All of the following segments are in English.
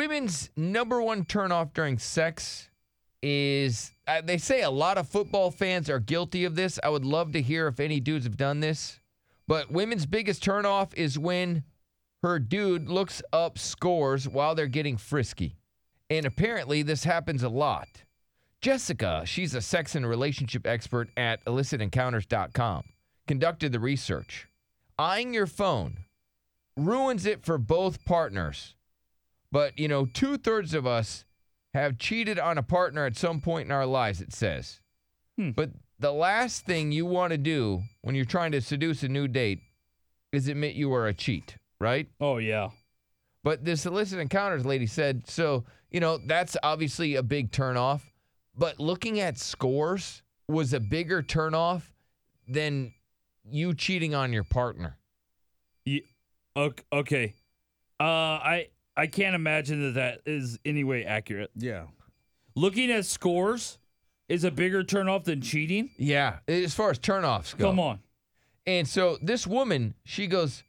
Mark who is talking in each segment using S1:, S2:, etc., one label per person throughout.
S1: Women's number one turnoff during sex is uh, they say a lot of football fans are guilty of this. I would love to hear if any dudes have done this. But women's biggest turnoff is when her dude looks up scores while they're getting frisky. And apparently, this happens a lot. Jessica, she's a sex and relationship expert at illicitencounters.com, conducted the research. Eyeing your phone ruins it for both partners. But, you know, two thirds of us have cheated on a partner at some point in our lives, it says.
S2: Hmm.
S1: But the last thing you want to do when you're trying to seduce a new date is admit you are a cheat, right?
S2: Oh yeah.
S1: But this illicit encounters lady said, so, you know, that's obviously a big turnoff. But looking at scores was a bigger turnoff than you cheating on your partner.
S2: Ye- ok- Okay. Uh, I I can't imagine that that is any way accurate.
S3: Yeah.
S2: Looking at scores is a bigger turnoff than cheating.
S1: Yeah. As far as turnoffs go.
S2: Come on.
S1: And so this woman, she goes,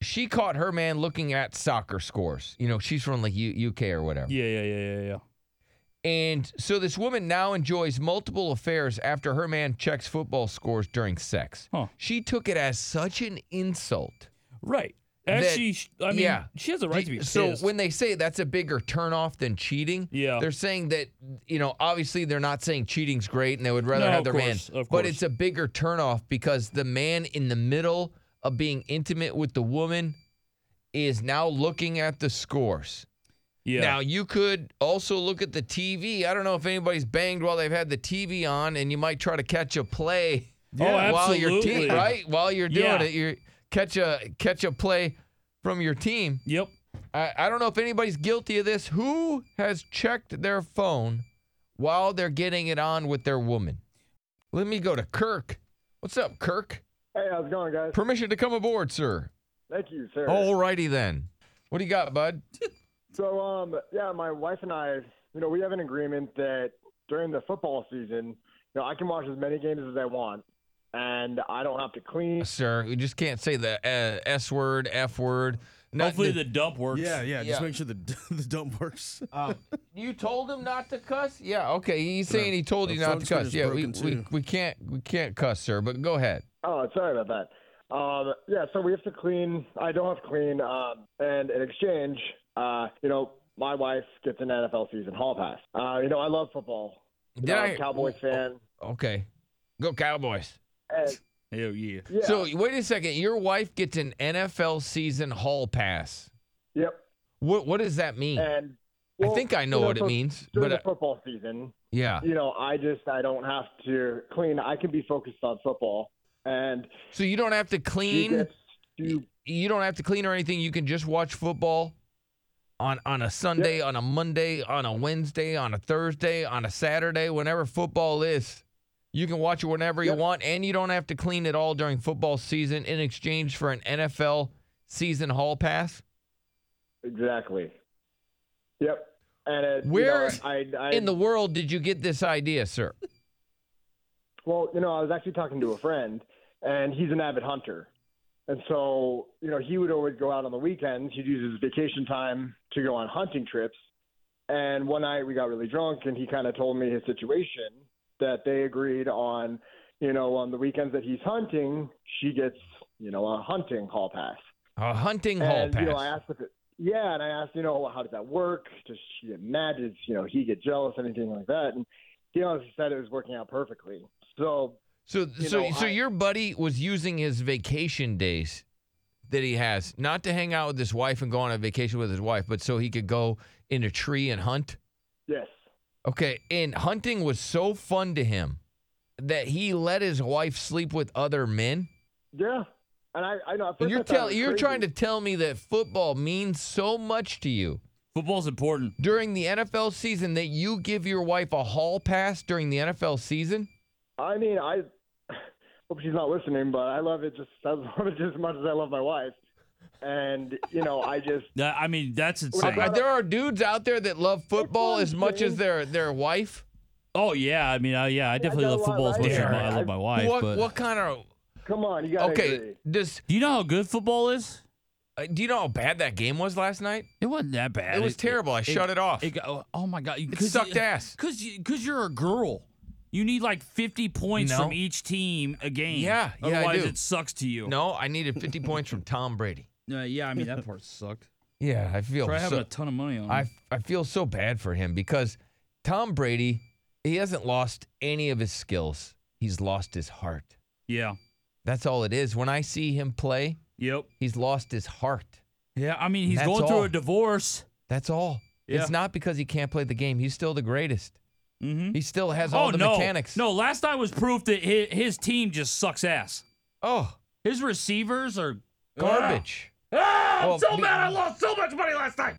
S1: she caught her man looking at soccer scores. You know, she's from like U- UK or whatever.
S2: Yeah, yeah, yeah, yeah, yeah.
S1: And so this woman now enjoys multiple affairs after her man checks football scores during sex.
S2: Huh.
S1: She took it as such an insult.
S2: Right. As
S1: That-
S2: she, sh- I mean,
S1: yeah.
S2: she has a right to be
S1: Do-
S2: pissed.
S1: so when they say that's a bigger turnoff than cheating,
S2: Yeah.
S1: they're saying that you know obviously they're not saying cheating's great and they would rather
S2: No,
S1: have
S2: of
S1: their
S2: course,
S1: man,
S2: of
S1: but
S2: course.
S1: it's a bigger turnoff because the man in the middle of being intimate with the woman is now looking at the scores.
S2: yeah,
S1: Now you could also look at the TV. I don't know if anybody's banged while they've had the TV on, and you might try to catch a play.
S2: Yeah.
S1: while you're te-
S2: Oh, absolutely.
S1: right while you're doing
S2: Yeah.
S1: it, you catch a catch a play from your team.
S2: yep.
S1: I, I don't know if anybody's guilty of this. Who has checked their phone while they're getting it on with their woman? Let me go to Kirk. What's up, Kirk?
S4: Hey, how's it going, guys?
S1: Permission to come aboard, sir.
S4: Thank you, sir.
S1: Alrighty then. What do you got, bud?
S4: So, um, yeah, my wife and I, you know, we have an agreement that during the football season, you know, I can watch as many games as I want, and I don't have to clean.
S1: sir. We just can't say the uh, S word, F word. Not
S2: Hopefully
S1: the-
S2: the dump works.
S3: Yeah, yeah.
S1: Yeah.
S3: Just make sure the the dump works.
S1: you told him not to cuss. Yeah, okay. He's saying he told
S3: The
S1: you not
S3: phone
S1: to cuss.
S3: screen is
S1: Yeah, we,
S3: broken,
S1: we
S3: too.
S1: we can't we can't cuss, sir. But go ahead.
S4: Oh, sorry about that. Um, yeah, so we have to clean. I don't have to clean, um, and in exchange, uh, you know, my wife gets an NFL season hall pass. Uh, you know, I love football. You
S1: Did
S4: know, I'm
S1: I-
S4: a Cowboys fan.
S1: Okay, go Cowboys.
S4: And,
S2: Hell yeah.
S4: yeah.
S1: So wait a second. Your wife gets an NFL season hall pass.
S4: yep.
S1: What what does that mean?
S4: And
S1: I
S4: Uh, well,
S1: think I know
S4: you
S1: what it
S4: for-
S1: means,
S4: During
S1: but
S4: the
S1: uh,
S4: football season,
S1: yeah.
S4: you know, I just I don't have to clean. I can be focused on football, and
S1: So you don't have to
S4: she
S1: clean.
S4: gets to
S1: You don't have to clean or anything. You can just watch football on on a Sunday, on a Monday, on a Wednesday, on a Thursday, on a Saturday, whenever football is. You can watch it whenever you
S4: Yep.
S1: want, and you don't have to clean at all during football season in exchange for an NFL season hall pass.
S4: exactly. Yep. And it, you
S1: Where
S4: know, I, I
S1: In the world, did you get this idea, sir?
S4: well, you know, I was actually talking to a friend, and he's an avid hunter, and so you know he would always go out on the weekends. He'd use his vacation time to go on hunting trips. And one night we got really drunk, and he kind of told me his situation that they agreed on, you know, on the weekends that he's hunting, she gets, you know, a hunting hall pass.
S1: A hunting Mm-hmm. hall
S4: And
S1: pass.
S4: you know, I asked if it, yeah, and I asked, you know, how does that work? Does she get mad? Does you know he get jealous? Anything like that? And he honestly said it was working out perfectly. So
S1: So,
S4: You
S1: so,
S4: know,
S1: so
S4: I-
S1: your buddy was using his vacation days that he has not to hang out with his wife and go on a vacation with his wife, but so he could go in a tree and hunt.
S4: yes,
S1: Okay, and hunting was so fun to him that he let his wife sleep with other men.
S4: yeah, and I, I know. At
S1: And
S4: first
S1: you're
S4: I thought it was
S1: telling, you're
S4: crazy.
S1: trying to tell me that football means so much to you
S2: Football's important.
S1: during the NFL season that you give your wife a hall pass during the NFL season?
S4: I mean, I hope she's not listening, but I love it just I love it just as much as I love my wife. And you know, I just
S2: That- I mean, that's insane.
S1: Uh, there are dudes out there that love football as much as their their wife.
S2: oh yeah. I mean, I, yeah, I definitely
S4: got
S2: love
S4: a lot
S2: football as
S4: right
S2: much as
S4: there.
S2: my- I love my wife.
S1: what
S2: but
S1: what kind of
S4: come on, you gotta
S1: okay?
S4: agree.
S1: Does
S2: do you know how good football is?
S1: Uh, do you know how bad that game was last night?
S2: It wasn't that bad.
S1: It was terrible. I shut it off.
S2: It got, oh, oh my god, it
S1: sucked ass.
S2: Cause you, cause you're a girl. You need like 50 points
S1: No.
S2: from each team a game.
S1: Yeah, yeah, I
S2: Otherwise,
S1: do.
S2: it sucks to you.
S1: No, I needed 50 points from Tom Brady.
S2: Uh, yeah, I mean that part sucked.
S1: Yeah, I feel
S2: Try having
S1: so,
S2: a ton of money on.
S1: I
S2: it.
S1: I feel so bad for him because Tom Brady, he hasn't lost any of his skills. He's lost his heart.
S2: Yeah.
S1: That's all it is. When I see him play,
S2: Yep.
S1: he's lost his heart.
S2: Yeah. I mean, he's
S1: That's
S2: going through
S1: all.
S2: a divorce.
S1: That's all.
S2: Yeah.
S1: It's not because he can't play the game. He's still the greatest.
S2: Mm-hmm.
S1: He still has all
S2: oh
S1: the
S2: no.
S1: mechanics.
S2: No, last night was proof that his, his team just sucks ass.
S1: Oh,
S2: His receivers are
S1: garbage.
S2: Ah,
S1: Well,
S2: I'm so
S1: be-
S2: mad I lost so much money last night.